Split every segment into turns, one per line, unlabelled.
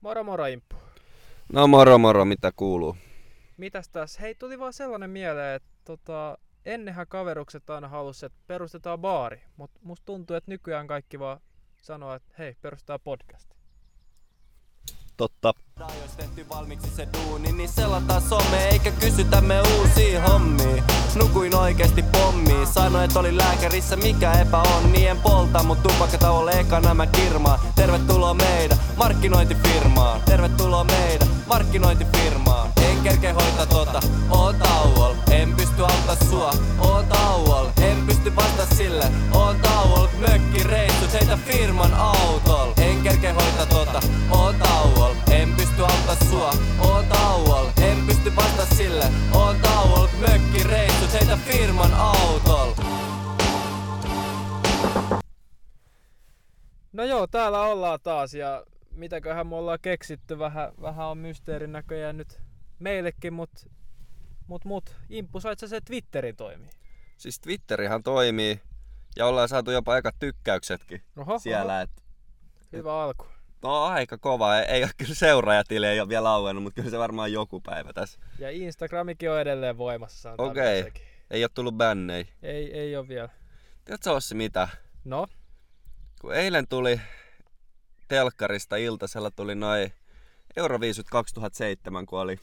Moro moro Imppu.
No moro moro, mitä kuuluu?
Mitäs taas? Hei, tuli vaan sellainen mieleen, että tota, ennenhän kaverukset aina halusi, että perustetaan baari. Mutta musta tuntuu, että nykyään kaikki vaan sanoo, että hei, perustetaan podcast.
Totta.
Tää jos tehty valmiiksi se duuni, niin selataan some eikä kysytä me uusia hommia. Nukuin oikeesti pommiin, sanoin et oli lääkärissä mikä epä niin en polta, mut tupakkatauolle ekana mä kirmaan. Tervetuloa meidän markkinointifirmaan, tervetuloa meidän markkinointifirmaan. En kerke hoita tota, oon tauol, en pysty auttaa sua, oon tauol, en pysty vasta sille, oon tauol, mökkireissut, heitä firman autol. En kerke hoita tota, oon tauol, en pysty auttaa sua, oon tauol, en pysty vasta sille, oon tauol, mökkireissut, heitä firman autol.
No joo, täällä ollaan taas ja mitäköhän me ollaan keksitty. Vähän, vähän on mysteerin näköjään nyt meillekin, mut, mut, mut. Imppu, sait sä se Twitterin toimii?
Siis Twitterihan toimii ja ollaan saatu jopa eka tykkäyksetkin
Oho,
siellä. Et,
Oho, hyvä alku.
no on aika kova, ei, ei ole kyllä seuraajatili, ei ole vielä auennut, mutta kyllä se varmaan joku päivä tässä.
Ja Instagramikin on edelleen voimassa, sanotaan
Okei.
sekin.
Ei ole tullut bännei.
Ei, ei ole vielä.
Tiedätkö Ossi mitä?
No,
Kun eilen tuli telkkarista iltasella tuli noin Euroviisut 2007, kun oli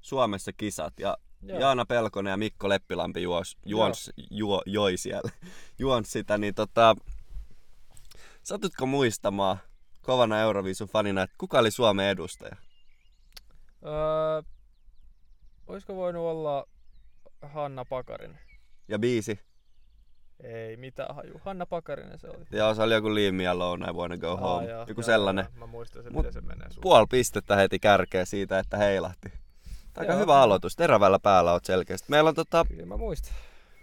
Suomessa kisat ja
Joo.
Joo. Jaana Pelkonen ja Mikko Leppilampi juos, juons, juo, joi siellä, juons sitä, niin tota, satutko muistamaan kovana Euroviisun fanina, että kuka oli Suomen edustaja?
Öö, olisiko voinut olla Hanna Pakarinen?
Ja biisi,
Ei mitään haju. Hanna Pakarinen se oli.
ja se oli joku Leave Me Alone, I Wanna Go
Aa,
Home,
joo,
joku
joo,
sellainen.
joo. Mä muistan sen,
Mut
miten se menee sun.
Puoli pistettä heti kärkeä siitä, että heilahti. Aika
Joo.
hyvä aloitus, terävällä päällä oot selkeästi. Meillä on, tota,
Kyllä mä muistan.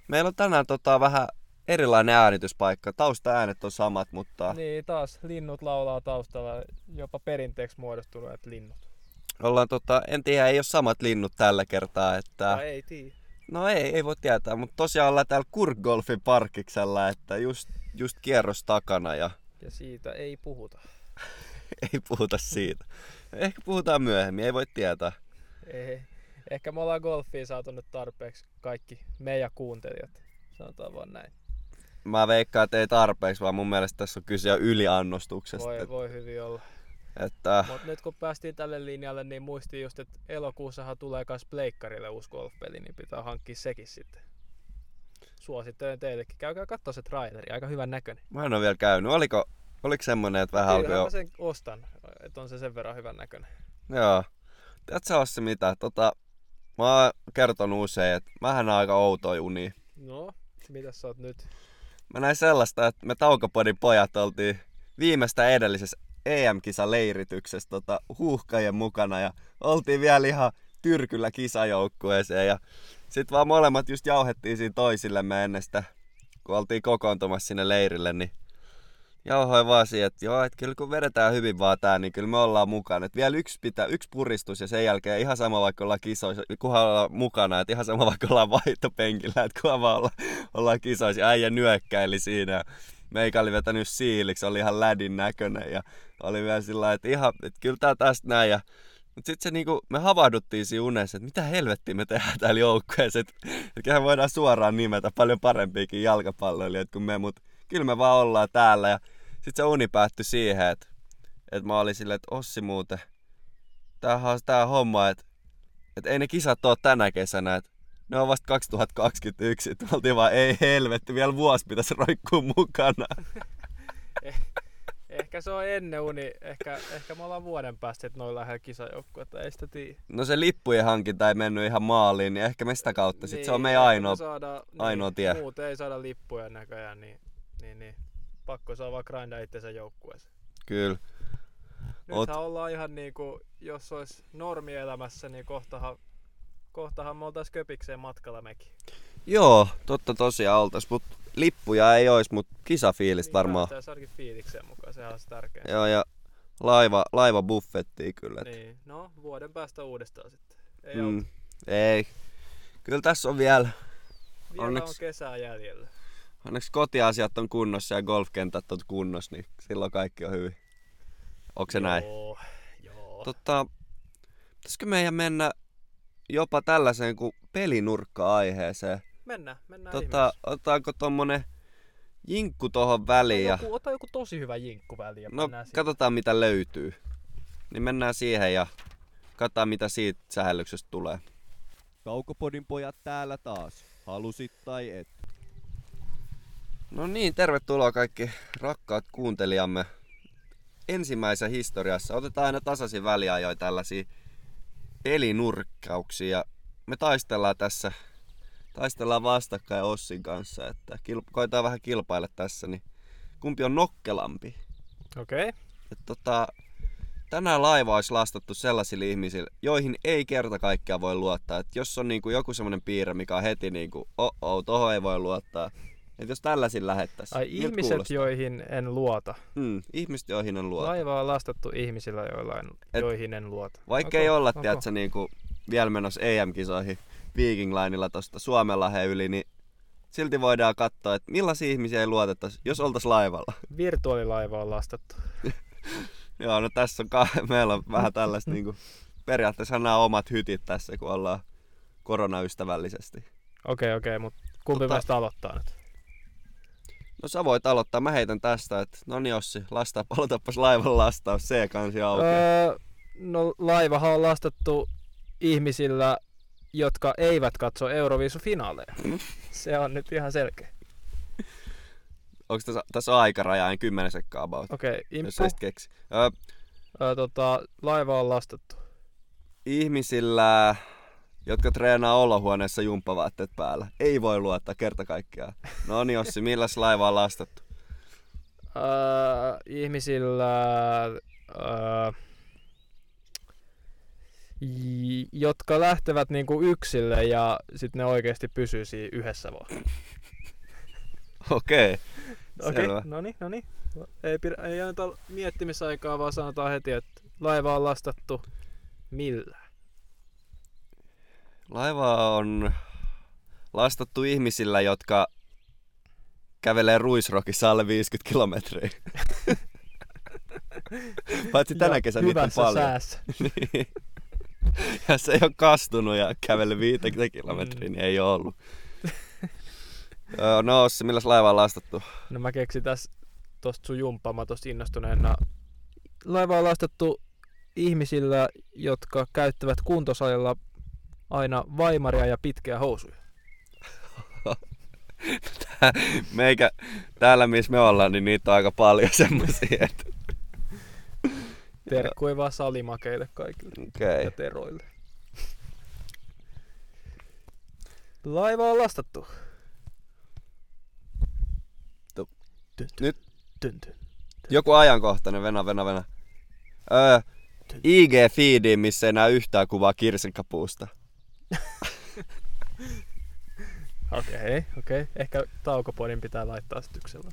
meillä on tänään tota, vähän erilainen äänityspaikka. Taustaäänet on samat, mutta
Niin taas linnut laulaa taustalla, jopa perinteeksi muodostuneet linnut.
ollaan, tota, en tiedä, ei ole samat linnut tällä kertaa. Että...
No ei tii.
No ei, ei voi tietää, mutta tosiaan ollaan täällä Kurgolfin parkiksella, että just, just kierros takana ja
Ja siitä ei puhuta.
ei puhuta siitä. Ehkä puhutaan myöhemmin, ei voi tietää.
Ei. Ehkä me ollaan golfiin saatu nyt tarpeeksi kaikki meidän kuuntelijat. Sanotaan vaan näin.
Mä veikkaan, että ei tarpeeksi, vaan mun mielestä tässä on kyse jo yliannostuksesta.
Voi,
et-
voi hyvin olla.
Että, äh,
Mut nyt kun päästiin tälle linjalle, niin muistin just, että elokuussahan tulee myös pleikkarille uusi golfpeli, niin pitää hankkia sekin sitten. Suosittelen teillekin. Käykää katsoa se traileri, aika hyvän näköinen.
mä en ole vielä käynyt. Oliko, oliko semmonen, että vähän alkoi
Kyllähän
jo...
mä sen ostan, että on se sen verran hyvän näköinen.
Joo. Tiedätkö Ossi mitä? Tota, mä oon kertonut usein, että mähän on aika outoja unia.
No, mitä sä oot nyt?
Mä näin sellaista, että me Taukopodin pojat oltiin viimeistä edellisessä EM-kisaleirityksestä tota, huuhkajien mukana ja oltiin vielä ihan tyrkyllä kisajoukkueeseen ja sit vaan molemmat just jauhettiin siinä toisillemme ennen sitä, kun oltiin kokoontumassa sinne leirille, niin jauhoin vaan siihen, että joo, että kyllä kun vedetään hyvin vaan tää, niin kyllä me ollaan mukana. Et vielä yksi, pitää, yksi puristus ja sen jälkeen ihan sama vaikka ollaan kisoissa, kunhan ollaan mukana, että ihan sama vaikka ollaan vaihtopenkillä, että kunhan vaan olla, ollaan kisoissa. Ja Äijä nyökkäili siinä. Meikä oli vetänyt siiliksi, oli ihan lädin näköinen ja oli vielä sillä lailla, että ihan, että kyllä tää tästä näin. Ja mutta sitten se niinku, me havahduttiin siinä unessa, että mitä helvettiä me tehdään täällä joukkueessa, että et kyllähän voidaan suoraan nimetä paljon parempiakin jalkapalloilijoita kuin me, mutta kyllä me vaan ollaan täällä. Ja sitten se uni päättyi siihen, että et mä olin silleen, että Ossi muuten, tämähän on tää homma, että et ei ne kisat oo tänä kesänä, että ne on vasta 2021, että me oltiin vaan, ei helvetti, vielä vuosi pitäisi roikkuu mukana.
Ehkä se on ennen uni, ehkä, ehkä me ollaan vuoden päästä, että noin lähellä kisajoukkuetta, ei sitä tiedä.
No se lippujen hankinta ei mennyt ihan maaliin, niin ehkä me sitä kautta sit se on meidän
Niin, ehkä me
ainoa
saadaan,
ainoa
niin,
tie.
Muuten ei saada lippuja näköjään, niin, niin, niin. pakko saa vaan grindaa itsensä joukkueeseen.
Kyllä.
Nythän Oot... ollaan ihan niinku, jos olisi normielämässä, niin kohtahan, kohtahan me oltais köpikseen matkalla mekin.
Joo, totta tosiaan oltais, mut lippuja ei ois, mut kisafiilistä varmaan.
Niin ainakin fiilikseen mukaan, sehän on se tärkeä.
Joo, ja laiva, laiva buffettiin kyllä. et-
Niin, no vuoden päästä uudestaan sitten. Ei mm,
Mm, ei. Kyllä tässä on vielä,
Vielä onneksi... on
onneksi-
kesää jäljellä.
onneksi kotiasiat on kunnossa ja golfkentät on kunnossa, niin silloin kaikki on hyvin. Onko se näin?
Joo, joo,
Tota, pitäisikö meidän mennä jopa tällaiseen kuin pelinurkka-aiheeseen?
Mennään, mennään
Tota,
ihmeessä.
otetaanko tommonen jinkku tohon väliin ja
Joku, ota joku tosi hyvä jinkku väliin ja
no
mennään siihen.
katsotaan mitä löytyy. Niin mennään siihen ja katsotaan mitä siitä sähellyksestä tulee.
Kaukopodin pojat täällä taas. Halusit tai et.
No niin, tervetuloa kaikki rakkaat kuuntelijamme. Ensimmäisessä historiassa otetaan aina tasaisin väliajoin tällaisia pelinurkkauksia. ja Me taistellaan tässä, taistellaan vastakkain Ossin kanssa, että kil, koetaan vähän kilpailla tässä, niin kumpi on nokkelampi.
Okei.
Et tota, tänään laiva olisi lastattu sellaisille ihmisille, joihin ei kerta kaikkiaan voi luottaa. Et jos on niinku joku semmoinen piirre, mikä on heti niinku, oh oh, tohon ei voi luottaa. Et jos tällaisin lähettäisiin,
Ai ihmiset, joihin en luota.
Mm, ihmiset, joihin on luota.
Laiva on lastattu ihmisillä, joilla en,
Et-
joihin en luota.
Vaikka
Okei,
ei olla,
ok.
tiedätkö, niinku, vielä menossa EM-kisoihin Viking Linella tuosta Suomenlahden yli, niin silti voidaan katsoa, että millaisia ihmisiä ei luotettaisi, jos oltaisiin laivalla.
Virtuaalilaiva on lastattu.
Joo, no tässä on ka- meillä on vähän tällaista niinku, periaatteessa nämä omat hytit tässä, kun ollaan koronaystävällisesti.
Okei, okei, mutta kumpi
Tota-
tota... meistä aloittaa nyt?
No sä voit aloittaa, mä heitän tästä, että no niin Ossi, lastaa, palotappas laivan lastaus, C-kansi auki.
Öö, no laivahan on lastattu ihmisillä, jotka eivät katso Euroviisufinaaleja. Se on nyt ihan selkeä.
Onko tässä, tässä on aikaraja, en kymmenen sekkaa about,
Okei,
jos
imppu.
sä sit keksi. Öö,
Öö, tota, laiva on lastattu.
ihmisillä, jotka treenaa olohuoneessa jumppavaatteet päällä, ei voi luottaa kerta kaikkiaan. No niin Ossi, milläs laiva on lastattu?
Öö, ihmisillä, öö, j- jotka lähtevät niinku yksille ja sitten ne oikeasti pysyy siinä yhdessä vaan.
Okei,
Okei,
selvä.
no niin, no niin. Ei, pidä, ei anneta miettimisaikaa, vaan sanotaan heti, että laiva on lastattu millä.
Laiva on lastattu ihmisillä, jotka kävelee ruisrokissa alle 50 kilometriä. Paitsi tänä
Ja
kesänä niitä on
hyvässä
paljon.
Säässä.
Niin. ja se ei ole kastunut ja kävellyt 50 kilometriä, niin ei ole ollut. Öö, no Ossi, milläs laiva on lastattu?
No mä keksin tässä tosta sun jumppamatosta innostuneena. Laiva on lastattu ihmisillä, jotka käyttävät kuntosalilla aina vaimaria ja pitkiä housuja.
Meikä, täällä missä me ollaan, niin niitä on aika paljon semmosia. että-
Terkkui vaan salimakeille kaikille
Okei.
ja teroille. Laiva on lastattu.
Tu-
Tyn,
Nyt
tyn, tyn.
Joku ajankohtainen, venä, venä, venä. Öö, ig feediin missä ei enää yhtään kuvaa kirsikkapuusta.
Okei, okei. Ehkä taukopodin pitää laittaa sytyksellä.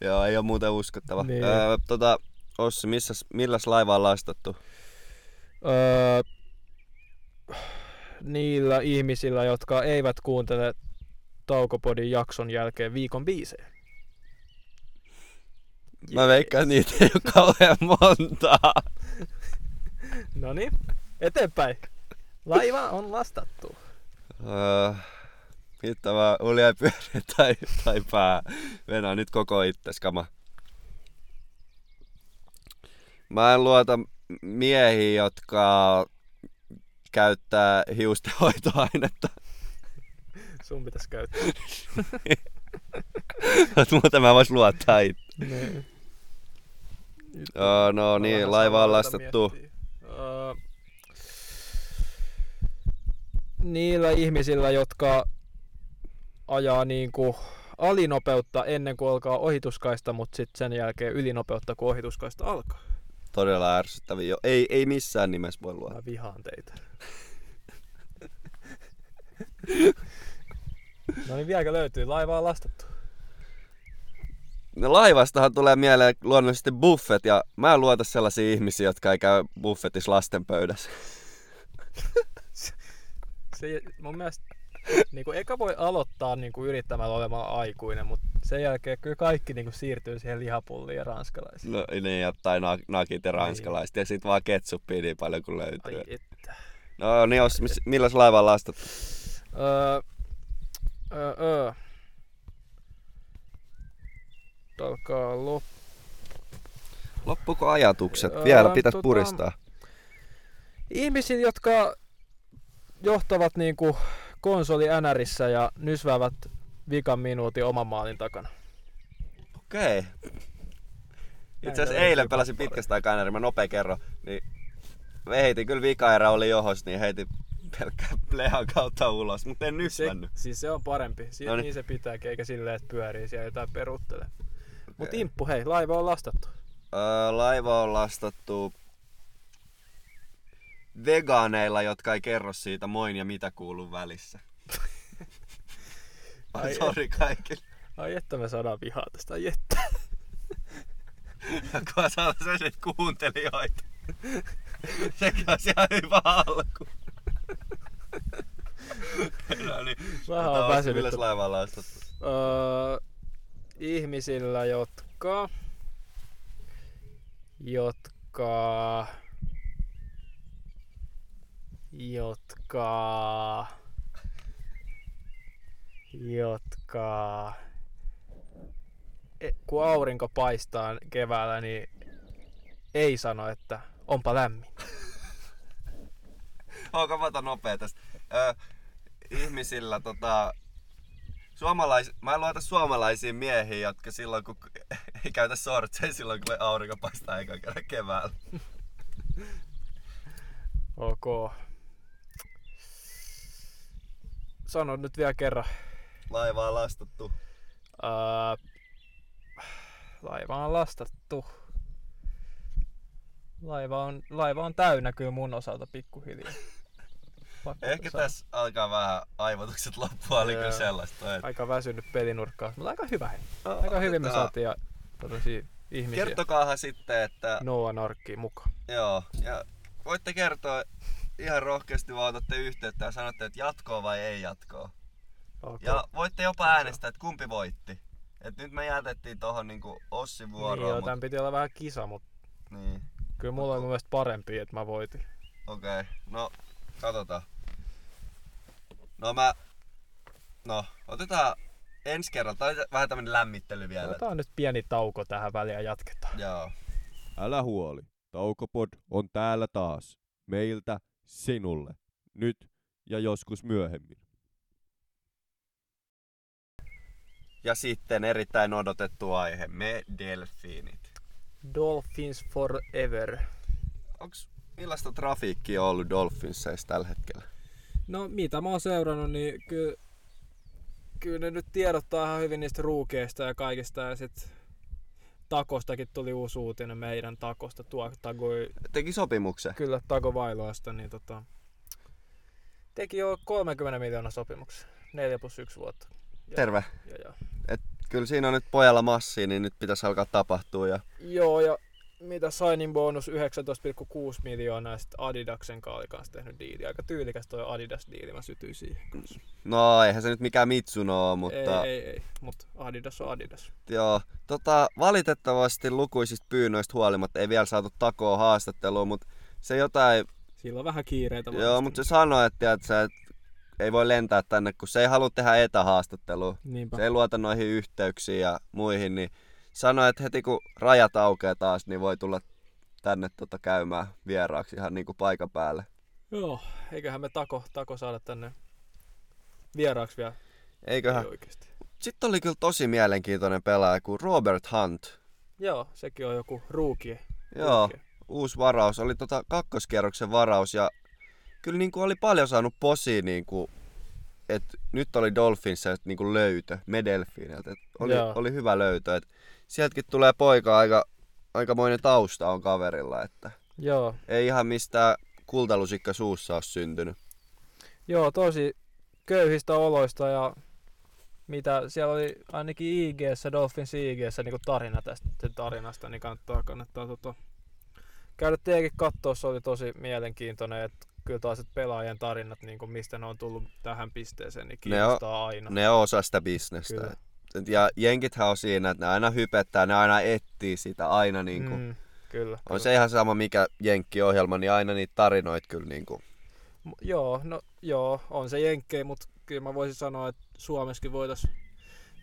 Joo, ei ole muuten uskottava.
Niin.
Öö, tota, Ossi, missä, milläs laiva on lastattu?
Öö, niillä ihmisillä, jotka eivät kuuntele taukopodin jakson jälkeen viikon biisejä.
Mä veikkaan niitä ei ole kauhean montaa.
No niin, eteenpäin. Laiva on lastattu.
Öö, hitto mä uljain pyöriä tai, tai pää. Venä nyt koko itses kama. Mä en luota miehiin, jotka käyttää hiustenhoitoainetta.
Sun pitäisi käyttää.
Mut Muuten mä vois luottaa itse.
Niin.
Öö, no niin, laiva on lastattu.
Öö, niillä ihmisillä, jotka ajaa niinku alinopeutta ennen kuin alkaa ohituskaista, mutta sitten sen jälkeen ylinopeutta, kun ohituskaista alkaa.
Todella ärsyttäviä. jo. Ei, ei missään nimessä voi luottaa.
Mä vihaan teitä. no niin, vieläkö löytyy? Laiva on lastattu.
No laivastahan tulee mieleen luonnollisesti buffet ja mä en luota sellaisia ihmisiä, jotka ei käy buffetissa lasten pöydässä.
Se, mun mielestä niin kuin eka voi aloittaa niin kuin yrittämällä olemaan aikuinen, mutta sen jälkeen kyllä kaikki niin kuin siirtyy siihen lihapulliin ja ranskalaisiin.
No niin, ja- tai na- nakit ja ranskalaiset. Ja sit vaan ketsuppia niin paljon kuin
Ai
löytyy.
että.
No niin, jos, mis- milläs laivalla astat?
Öö, öö, öö. Nyt Alkaa loppu.
Loppuko ajatukset?
Öö,
Vielä pitäis
tota-
puristaa.
Ihmisiä, jotka johtavat niin kuin konsoli NRissä ja nysväävät vikan minuutin oman maalin takana.
Okei. Itse asiassa
löytyy
eilen pelasin
kappale.
pitkästä aikaa enää, mä nopea kerron, niin me heitin kyllä vikaera oli johos, niin heitin pelkkää plehan kautta ulos, mutta en
Se,
nysmännyt.
siis se on parempi. Si-
No niin.
niin se pitääkin, eikä silleen, että pyörii siellä jotain peruuttele. Mut
Okei.
Imppu, hei, laiva on lastattu.
Öö, laiva on lastattu vegaaneilla, jotka ei kerro siitä moin ja mitä kuuluu välissä.
Ai
Ai
et.
sori kaikille.
Ai että me saadaan vihaa tästä, ai että.
Kun mä sanon sen, että kuuntelijoita. Sekin on ihan hyvä alku. no niin.
Vähän
Tota,
on väsynyt.
Milläs laivalla on lastattu?
Öö, ihmisillä, jotka... Jotka... Jotka... Jotka... E, kun aurinko paistaa keväällä, niin ei sano, että onpa lämmin.
Onko mä otan nopea tästä? Ö, ihmisillä tota... Suomalais... Mä luotan suomalaisiin miehiin, jotka silloin kun ei käytä sortseja silloin kun aurinko paistaa eikä kerran keväällä.
Ok. Sano nyt vielä kerran.
Laiva on lastattu.
Ää, laiva on lastattu. Laiva on, laiva on täynnä kyllä mun osalta pikkuhiljaa. Pakko
Ehkä
sanoa.
tässä alkaa vähän aivotukset loppua, oli kyllä
Joo.
sellaista. että-
Aika väsynyt pelinurkkaa, mutta aika hyvä hei. Aika hyvin me
Otetaan.
saatiin ja tällaisia ihmisiä Kerto.
Kertokaahan sitten, että
Noa Narkkiin mukaan.
Joo, ja voitte kertoa ihan rohkeasti vaan otatte yhteyttä ja sanotte, että jatkoa vai ei jatkoa.
Okay.
Ja voitte jopa äänestää, että kumpi voitti. Et nyt me jätettiin tohon niinku Ossi
niin, joo,
vuoroon, niin,
tämän
mut...
piti olla vähän kisa, mutta
Niin,
kyllä mulla on mun mielestä parempi, että mä voitin.
okei. Okay. No, katsotaan. No mä... No, otetaan ensi kerralla. Tää oli tä- vähän tämmönen lämmittely vielä.
Otetaan nyt pieni tauko tähän väliin ja jatketaan.
Joo.
Älä huoli, Taukopod on täällä taas. Meiltä sinulle. Nyt ja joskus myöhemmin.
Ja sitten erittäin odotettu aihe, me delfiinit.
Dolphins forever.
Onks, millaista trafiikkia on ollut Dolphinseissa tällä hetkellä?
No mitä mä oon seurannut, niin kyllä, kyllä ne nyt tiedottaa ihan hyvin niistä ruukeista ja kaikista. Ja sit takostakin tuli uusi uutinen meidän takosta. Tuo tagoi
Teki sopimuksen.
kyllä Tago Vailoasta, niin tota, teki jo 30 miljoonaa sopimuksen. 4 plus 1 vuotta.
Terve.
Ja, ja.
Kyllä siinä on nyt pojalla massia, niin nyt pitäisi alkaa tapahtua. Ja...
Joo, ja mitä signing bonus 19,6 miljoonaa ja sitten Adidaksen kanssa oli kanssa tehnyt diili. Aika tyylikäs toi Adidas-diili, mä sytyin siihen.
No, eihän se nyt mikään Mitsuno ole, mutta
Ei, ei, ei, mutta Adidas on Adidas.
joo. Tota, valitettavasti lukuisista pyynnöistä huolimatta ei vielä saatu takoa haastattelua, mutta se jotain,
Sillä on vähän kiireitä.
joo, mutta se sanoi, että, tiedät sä, että ei voi lentää tänne, kun se ei halua tehdä etähaastattelua.
Niinpä.
Se ei luota noihin yhteyksiin ja muihin, niin sanoi, että heti kun rajat aukeaa taas, niin voi tulla tänne tota käymään vieraaksi ihan niinku paikan päälle.
Joo, eiköhän me tako, tako saada tänne vieraaksi vielä.
Eiköhän.
Ei oikeesti.
Sitten oli kyllä tosi mielenkiintoinen pelaaja kuin Robert Hunt.
Joo, sekin on joku ruukie.
Joo,
Ruukie.
uusi varaus. Oli tota kakkoskierroksen varaus ja kyllä niin kuin oli paljon saanut posi niin kuin, et nyt oli Dolphins niin kuin löytö, me Delfiniltä. Et Oli,
Joo.
oli, hyvä löytö. Et sieltäkin tulee poika aika, aikamoinen tausta on kaverilla, että
Joo,
ei ihan mistään kultalusikka suussa ole syntynyt.
joo, tosi köyhistä oloista ja mitä siellä oli ainakin IG-ssä, Dolphins IG-ssä niin tarina tästä sen tarinasta, niin kannattaa, kannattaa tota, käydä teidänkin katsoa, se oli tosi mielenkiintoinen. Et kyllä taas, että pelaajan tarinat, niin kuin mistä ne on tullut tähän pisteeseen, niin
Ne on-
kiinnostaa aina.
Ne on osa sitä bisnestä.
Kyllä.
Et- Ja jenkithän on siinä, että ne aina hypettää, ne aina etsii sitä aina niin kuin, mm,
mm, kyllä.
On se ihan sama mikä jenkkiohjelma, niin aina niitä tarinoita kyllä niin kuin,
M- Joo, no joo, on se jenkkei, mutta kyllä mä voisin sanoa, että Suomessakin voitaisiin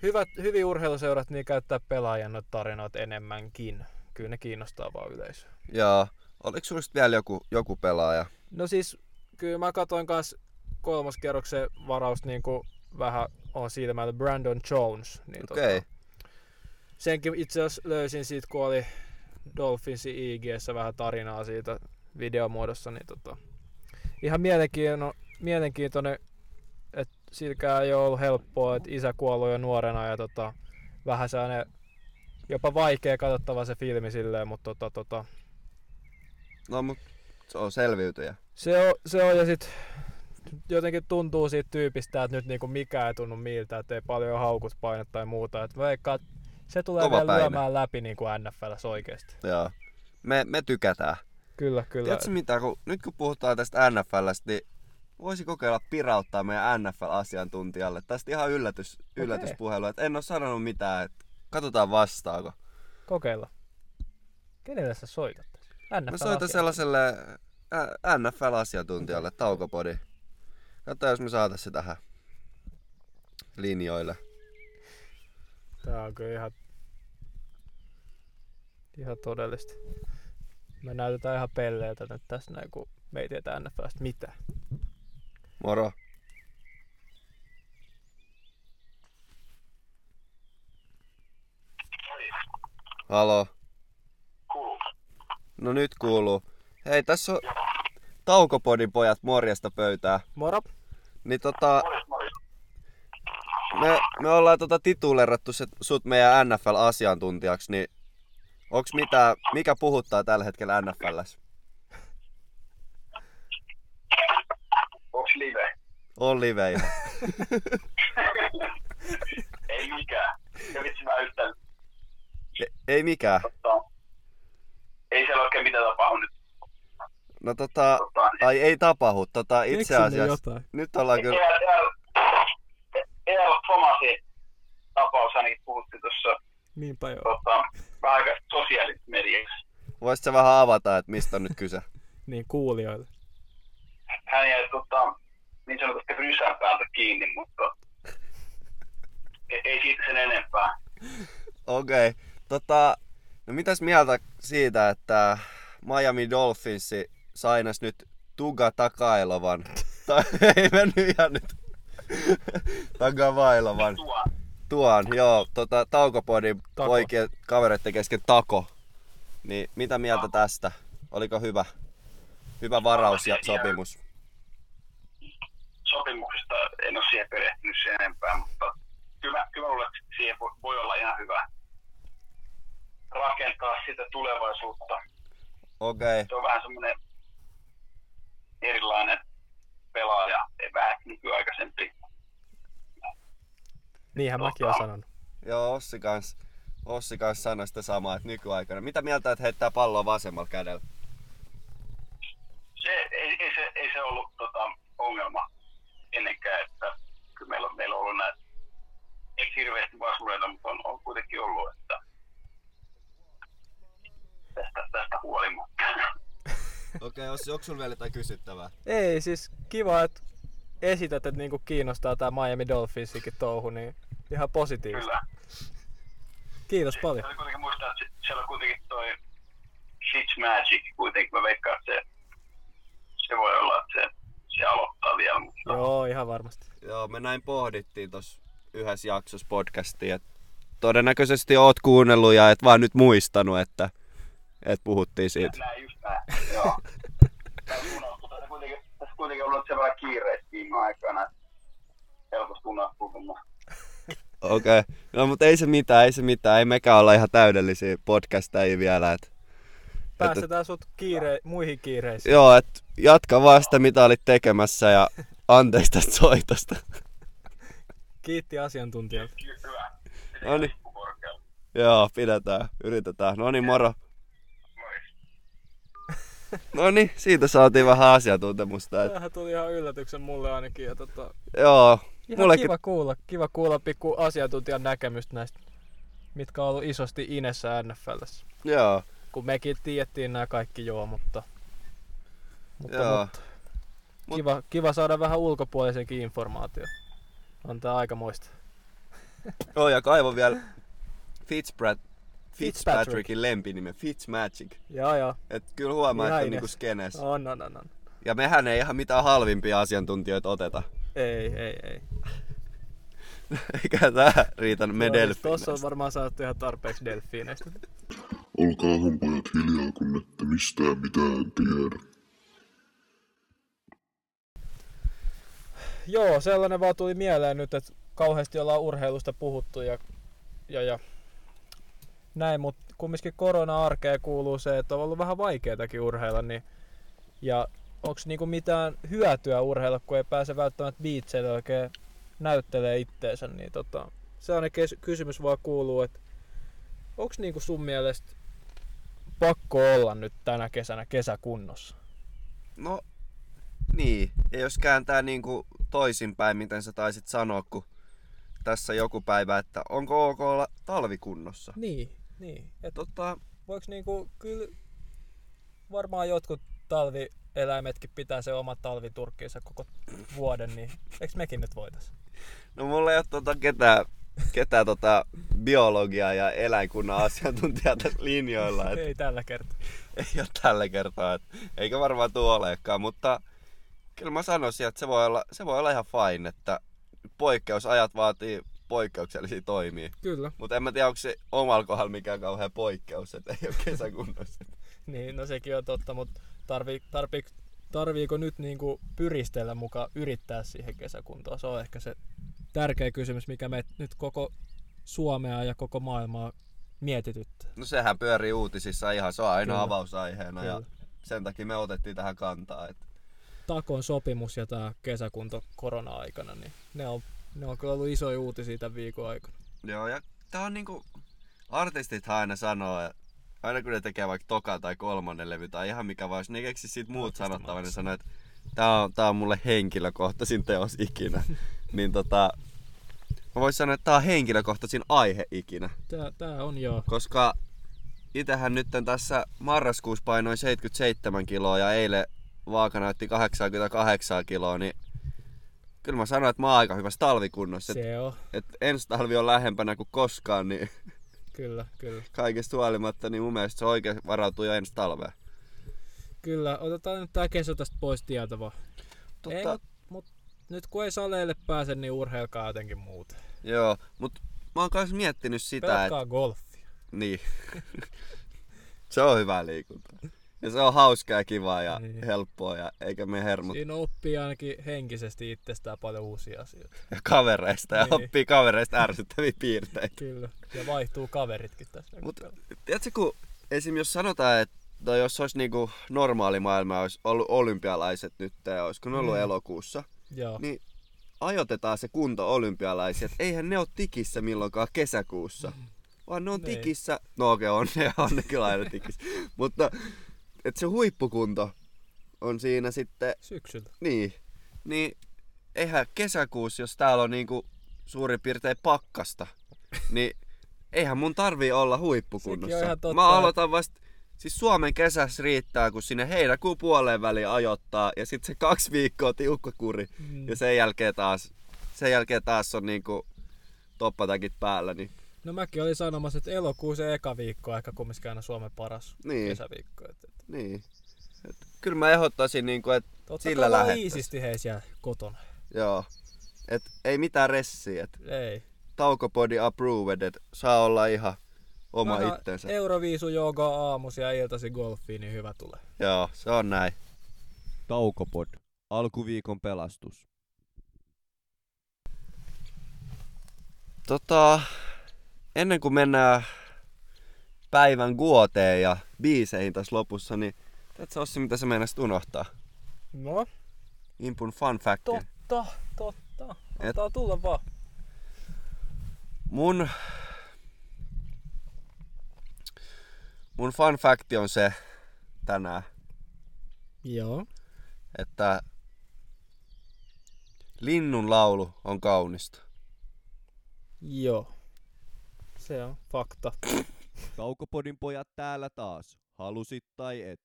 hyvät, hyvin urheiluseurat niin käyttää pelaajien noita tarinoita enemmänkin. Kyllä ne kiinnostaa vaan yleisöä.
Jaa, oliko sulla sit vielä joku, joku pelaaja?
No siis, kyllä mä katsoin kans kolmoskierroksen varaus niin kuin vähän on silmällä Brandon Jones. Niin
Okei.
tota, senkin itse asiassa löysin siitä, kun oli Dolphinsin IGssä vähän tarinaa siitä videomuodossa, niin tota, ihan mielenkiinno, mielenkiintoinen, että silläkään ei ole ollut helppoa, että isä kuollut jo nuorena ja tota, vähän sellainen jopa vaikea katsottava se filmi silleen, mutta tota, tota,
No mut se on selviytyjä.
se on, se on ja sit jotenkin tuntuu siitä tyypistä, että nyt niinku mikään ei tunnu miltä, että ei paljon haukut painetta tai muuta. Et mä veikkaan, että se tulee
Kova
Kova vielä
päivä.
lyömään läpi niin kuin NFLs oikeasti.
Jaa. Me, me tykätään.
Kyllä, kyllä.
Tiedätkö mitä, kun, nyt kun puhutaan tästä NFLstä, niin voisi kokeilla pirauttaa meidän NFL-asiantuntijalle. Tästä ihan yllätys, yllätyspuhelu, että en ole sanonut mitään, että katsotaan vastaako.
Kokeilla. Kenelle sä soitat? NFL
Mä soitan sellaiselle ä, NFL-asiantuntijalle, taukopodi. Katsotaan, jos me saatais se tähän linjoille.
Tää on kyllä ihan, ihan todellista. Me näytetään ihan pelleiltä nyt tässä näin, kun me ei tietä NFLstä mitään.
Moro. Halo. No nyt kuuluu. Hei, tässä on Taukopodin pojat morjesta pöytää.
Moro!
Niin tota... Me, me ollaan tota tituleerattu se, sut meidän NFL-asiantuntijaksi, niin onks mitään, mikä puhuttaa tällä hetkellä NFLs?
Onks live?
On livejä.
Ei mikään. Ja vitsi mä yhtään.
Ei, E, ei mikään.
Tota, ei siellä oikein mitään tapahdu nyt.
No tota,
Tota, niin.
ai ei tapahdu. Tota, itse
Keksinyt
asiassa,
jotain.
nyt ollaan kyllä,
ER, ER, ER Thomasi tapaus ainakin puhuttiin tuossa
Niinpä joo.
tota, vähän aikaa sosiaalisessa mediassa.
voisit sä vähän avata, että mistä on nyt kyse?
Niin kuulijoille.
Hän jäi tota, niin sanotusti rysän päältä kiinni, mutta ei, ei siitä sen enempää.
Okei, okay. tota, no mitäs mieltä siitä, että Miami Dolphins sainas nyt Tuga Takailovan? tai ei mennyt ihan nyt. Tagavailovan.
Tuo,
Tuon, joo, tota, taukopodin
Tako.
poikien kavereiden kesken Tako. Niin mitä mieltä tästä? Oliko hyvä? Hyvä varaus ja sopimus.
sopimuksesta en ole siihen perehtynyt sen enempää, mutta kyllä, mä- kyllä mä luulen, että siihen voi, voi olla ihan hyvä rakentaa sitä tulevaisuutta.
Okei, okay.
Se on vähän semmoinen erilainen pelaaja, ei vähän nykyaikaisempi.
Niinhän mäkin olen sanonut.
joo, Ossi kans, Ossi kans sanoi sitä samaa, että nykyaikana. Mitä mieltä, että heittää palloa vasemmalla kädellä?
Se, ei, ei, se, ei se ollut tota, ongelma ennenkään, että kyllä meillä, on- meillä on ollut näitä, ei hirveästi vastureita, mutta on, on kuitenkin ollut, että tästä, tästä huolimatta.
Okei, okay, onko sulla vielä jotain kysyttävää?
Ei, siis kiva, että esität, että niinku kiinnostaa tämä Miami Dolphinsikin touhu, niin ihan positiivista.
Kyllä.
Kiitos paljon.
Täytyy kuitenkin muistaa, että se- siellä on kuitenkin toi Shit Magic kuitenkin. Mä veikkaan, että se, se voi olla, että se, se aloittaa vielä. Mutta
Joo, ihan varmasti.
Joo, me näin pohdittiin tuossa yhdessä jaksossa podcastia, että todennäköisesti oot kuunnellut ja et vaan nyt muistanut, että, että puhuttiin siitä.
näin just Niin, näin. Joo. Tässä unohtuu. Tässä kuitenkin, tässä kuitenkin on ollut sen verran kiireistä viime aikoina. että Helposti unohtuu tuommoista.
Okei, okay. no mutta ei se mitään, ei se mitään, ei mekään olla ihan täydellisiä podcastajia vielä, että
Päästetään sut kiire- muihin kiireisiin.
Joo, et jatka vaan sitä, mitä olit tekemässä ja anteeksi tästä soitosta.
Kiitti asiantuntijalta.
Hyvä.
No niin.
Korkealla.
Joo, pidetään, yritetään. No niin, moro.
Moi.
No niin, siitä saatiin vähän asiantuntemusta. Et,
Tämähän tuli ihan yllätyksen mulle ainakin. Ja tota,
joo,
ihan
Mullekin-
kiva kuulla, kiva kuulla pikku asiantuntijan näkemystä näistä, mitkä on ollut isosti Inessä NFLssä.
joo.
Kun mekin tiedettiin nämä kaikki joo, mutta, mutta,
Joo.
mutta kiva, kiva saada vähän ulkopuolisenkin informaatio. On tää aika moista.
Joo, ja kaivon vielä Fitzpat-
Fitzpatrick.
Fitzpatrickin lempinimen, Fitzmagic.
Joo joo,
Et
Niin
kyllä huomaa, että
Ihan
on niinku
Ines.
skenes.
on on on. on.
Ja mehän ei ihan mitään halvimpia asiantuntijoita oteta.
Ei, ei, ei.
Eikä tää riitä me
Joo, siis Tossa
delfiineistä.
on varmaan saatu ihan tarpeeksi delfiineistä.
Olkaahan pojat hiljaa, kun ette mistään mitään tiedä.
Joo, sellainen vaan tuli mieleen nyt, että kauheasti ollaan urheilusta puhuttu ja, ja, ja näin, mutta kumminkin korona-arkeen kuuluu se, että on ollut vähän vaikeatakin urheilla, niin ja onko niinku mitään hyötyä urheilla, kun ei pääse välttämättä biitseille oikein näyttelee itteensä, niin tota, sellainen kes- kysymys vaan kuuluu, että onko niinku sun mielestä pakko olla nyt tänä kesänä kesäkunnossa?
No, niin. Ja jos kääntää niin kuin toisinpäin, miten sä taisit sanoa, kun tässä joku päivä, että onko ok olla talvikunnossa?
Niin, niin. Et
Tota,
voiko niinku, kyllä varmaan jotkut talvieläimetkin pitää se oma talviturkkiinsa koko vuoden, niin eikö mekin nyt voitais?
no mulla ei ole tota ketään, ketään tota biologiaa ja eläinkunnan asiantuntijaa tässä linjoilla. Et
Ei tällä kertaa.
ei ole tällä kertaa. Et, eikä varmaan tuo olekaan, mutta kyllä mä sanoisin, että se voi olla, se voi olla ihan fine, että poikkeusajat vaatii poikkeuksellisia toimia.
Kyllä.
Mutta en mä tiedä, onko se omalla kohdalla mikään kauhean poikkeus, että ei ole kesäkunnossa.
Niin, no sekin on totta, mutta tarvii, tarvii, tarviiko nyt niinku pyristellä mukaan yrittää siihen kesäkuntoon? Se on ehkä se tärkeä kysymys, mikä me nyt koko Suomea ja koko maailmaa mietityttää.
No sehän pyörii uutisissa ihan, se on aina
Kyllä.
avausaiheena ja
Kyllä.
sen takia me otettiin tähän kantaa. Et,
Takon sopimus ja tämä kesäkunto korona-aikana, niin ne on, ne on kyllä ollut isoja uutisia tämän viikon aikana.
joo, ja tää on niinku, artistithan aina sanoo, ja aina kun ne tekee vaikka toka tai kolmannen levy tai ihan mikä vaan, jos ne keksi sit muut sanottavan, ne sanoo, että tää on, tää on mulle henkilökohtaisin teos ikinä. niin tota, mä voisin sanoa, että tää on henkilökohtaisin aihe ikinä.
Tää, tää on joo.
koska itähän nyt tässä marraskuussa painoin 77 kiloa ja eilen vaaka näytti 88 kiloa, niin kyllä mä sanoin, että mä oon aika hyvässä talvikunnossa. Et,
Se on,
et ensi talvi on lähempänä kuin koskaan, niin
kyllä, kyllä.
kaikesta huolimatta, niin mun mielestä se oikein varautuu jo ensi talveen.
Kyllä, otetaan nyt tää kesä tästä pois tieltä vaan. Ei,
Tota,
mut, mut, nyt kun ei saleille pääse, niin urheilkaa jotenkin muuten.
joo, mut mä oon myös miettinyt sitä, että...
Pelatkaa golfia.
Niin. se on hyvää liikuntaa. Ja se on hauskaa ja kivaa ja
Niin.
helppoa ja eikä me hermot
Siinä oppii ainakin henkisesti itsestään paljon uusia asioita.
ja kavereista ja
Niin.
oppii kavereista ärsyttäviä piirteitä.
Kyllä. Ja vaihtuu kaveritkin tässä.
Mut-
Mut,
Tiedätkö, kun esim. jos sanotaan, että no jos olisi niinku normaali maailma, olisi ollut olympialaiset nyt ja olisiko ne ollut
Mm.
elokuussa,
Joo,
niin ajoitetaan se kunto olympialaiset. Eihän ne ole tikissä milloinkaan kesäkuussa, vaan ne on
Niin.
tikissä. No okei, okay, on, ne, on ne kyllä aina tikissä. Mutta että se huippukunto on siinä sitten
syksyllä.
niin. Niin eihän kesäkuussa, jos täällä on niinku suurin piirtein pakkasta, niin eihän mun tarvii olla
Sekin
huippukunnossa.
on ihan totta,
Mä aloitan vasta, siis Suomen kesässä riittää, kun sinne heinäkuun puoleen väliin ajoittaa ja sitten se kaksi viikkoa tiukka kuri.
Mm.
Ja sen jälkeen taas, sen jälkeen taas on niinku toppatakit päällä, niin
No mäkin olin sanomassa, että elokuun se eka viikko on ehkä kumminkin aina Suomen paras
Niin.
kesäviikko. Et, et.
niin. Et kyllä mä ehdottaisin, niinku, että
Ottakaa
sillä
vaan
lähettäisiin.
iisisti hei siellä kotona.
Joo. Et ei mitään ressiä. Et
Ei.
taukopodi approved, et saa olla ihan oma
Aina
itsensä.
Euroviisu joogaa aamusi ja iltasi golfiin, niin hyvä tulee.
Joo, se on näin.
Taukopod. Alkuviikon pelastus.
Tota, ennen kuin mennään päivän guoteen ja biiseihin tässä lopussa, niin tiedätkö Ossi, mitä sä meinasit unohtaa?
No,
Impun fun factin.
totta, totta.
Et-
Antaa tulla vaan.
Mun... Mun fun facti on se tänään,
Joo.
että linnun laulu on kaunista.
Joo. Se on fakta.
Taukopodin pojat täällä taas, halusit tai et.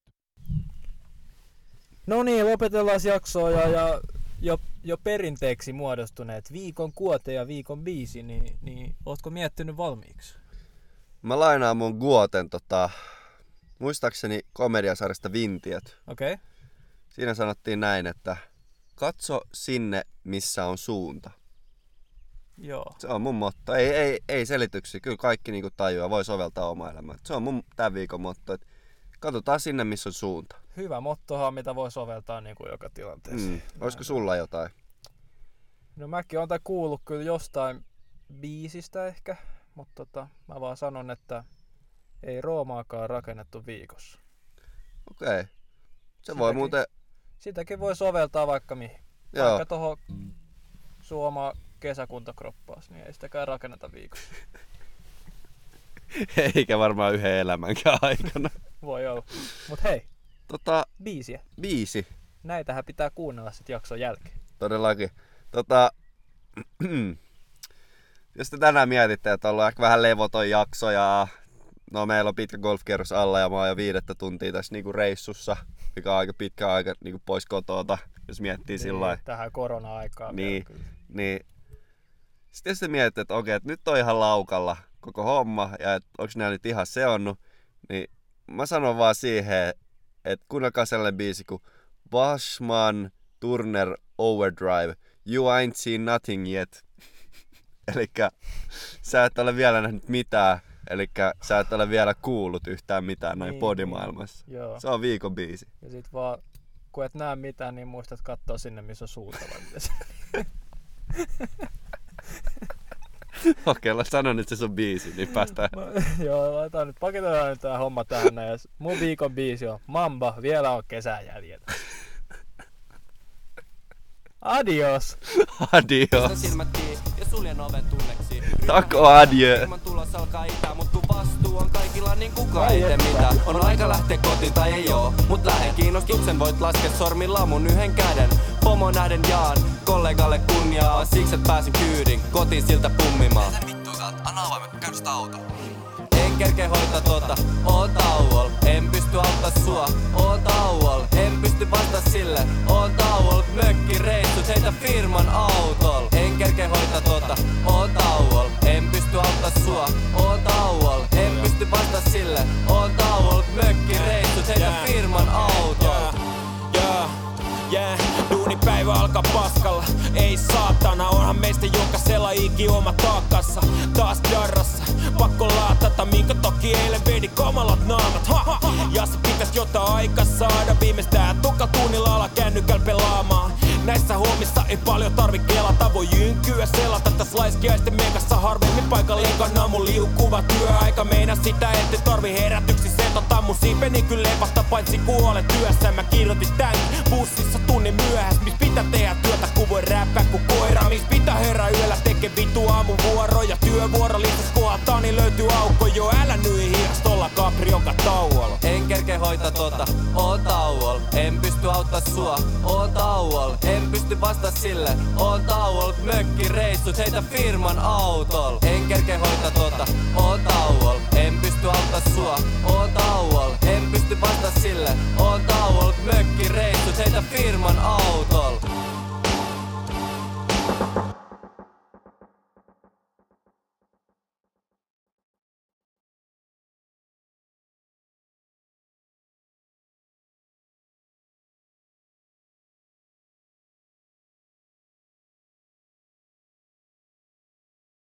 No niin, lopetellaan jaksoa ja, ja jo, jo perinteeksi muodostuneet viikon kuote ja viikon biisi, niin, niin ootko miettinyt valmiiksi?
Mä lainaan mun Guoten tota, muistaakseni komediasarjasta Vintiöt.
Okei. Okay.
Siinä sanottiin näin, että katso sinne, missä on suunta.
Joo.
Se on mun motto. Ei, ei, ei selityksiä. Kyllä kaikki niinku tajuaa, voi soveltaa omaa elämää. Se on mun tämän viikon motto, että katsotaan sinne, missä on suunta.
Hyvä mottohan, mitä voi soveltaa niin kuin joka tilanteessa.
Mm. Olisiko sulla jotain?
No mäkin oon tää kuullut kyllä jostain biisistä ehkä, mutta tota, mä vaan sanon, että ei Roomaakaan rakennettu viikossa.
Okei. Okay. Se voi
Sitäkin.
muuten...
Sitäkin voi soveltaa vaikka mihin. Joo.
Joo.
Vaikka tohon Suoma kesäkuntakroppaus, niin ei sitäkään rakenneta viikossa.
Eikä varmaan yhden elämänkään aikana.
Voi olla. Mut hei,
tota,
biisiä.
biisi.
Näitähän pitää kuunnella sit jakson jälkeen.
Todellakin. Tota, jos te tänään mietitte, että on ollut ehkä vähän levoton jakso ja no meillä on pitkä golfkierros alla ja mä oon jo viidettä tuntia tässä niinku reissussa, mikä on aika pitkä aika niinku pois kotoota, jos miettii sillä lailla.
Niin, Tähän korona-aikaan.
Niin.
vielä kyllä.
Niin sitten jos te mietitte, että okei, että nyt on ihan laukalla koko homma ja että onko nämä nyt ihan seonnut, niin mä sanon vaan siihen, että kuunnelkaa sellainen biisi kuin Bashman Turner Overdrive, You Ain't Seen Nothing Yet. Elikkä sä et ole vielä nähnyt mitään, elikkä sä et ole vielä kuullut yhtään mitään noin
Niin,
podimaailmassa.
Joo.
Se on viikon biisi.
Ja sit vaan, kun et näe mitään, niin muistat katsoa sinne, missä on suuta. vai miten se-
Okei, okay, sano nyt se sun biisi, niin päästään.
Mä- Joo, laitetaan nyt, paketoidaan nyt tää homma tähän näin. Ja s- Mun viikon biisi on Mamba, vielä on kesää jäljellä. Adios!
Adios.
Pistän silmät kiinni ja suljen oven tunneksi. Ryhmä
Tako
hiljaa,
adieu.
Ilman tulos alkaa itää, mut kun vastuu on kaikilla niin kuka
Ai
ei tee
että.
mitään. On aika lähteä kotiin tai ei oo, mut lähe kiinnostuksen voit laskea sormilla mun yhden käden. Pomo nähden jaan, kollegalle kunniaa, siksi et pääsin kyydin, kotiin siltä pummimaan. En kerke hoita tota, oon tauol En pysty auttaa sua, oon tauol En pysty vasta sille, oon tauol Mökki reissut, heitä firman autol En kerke hoita tota, oon tauol En pysty auttaa sua, oon tauol En pysty vasta sille, oon tauol Mökki reissut, heitä firman autol
Yeah, yeah. Duunipäivä alkaa paskalla, ei saatana Onhan meistä jokaisella iki oma taakkassa Taas jarrassa, pakko laatata Minkä toki eilen vedi kamalat naamat ha, ha. Ja se pitäis jotain aika saada Viimeistään toka tunnilla ala kännykäl pelaamaan Näissä hommissa ei paljon tarvi kelata Voi jynkyä selata täs laiskiaisten mekassa Harvemmin paikalle kannan mun liukuva työaika Meina sitä ette tarvi herätyksi se tota mun siipeni kyllä lepasta Paitsi kun olet työssä mä kirjoitin tän Bussissa tunnin myöhäs Mis pitää tehdä työtä kun voi räppää kun koira Mis pitää herää yöllä tekee vitu aamuvuoroja Työvuoro lisäs kohataan niin löytyy aukko Jo älä nyi hiirastolla kaprionka tauolla
En kerke hoita tota, oon tauol En pysty auttaa sua, oon tauol En pysty vasta sille, oon tauol Mökki reissut, heitä firman autol En kerke hoita tota, oon tauol En pysty auttaa sua, oon tauol En pysty vasta sille, oon tauol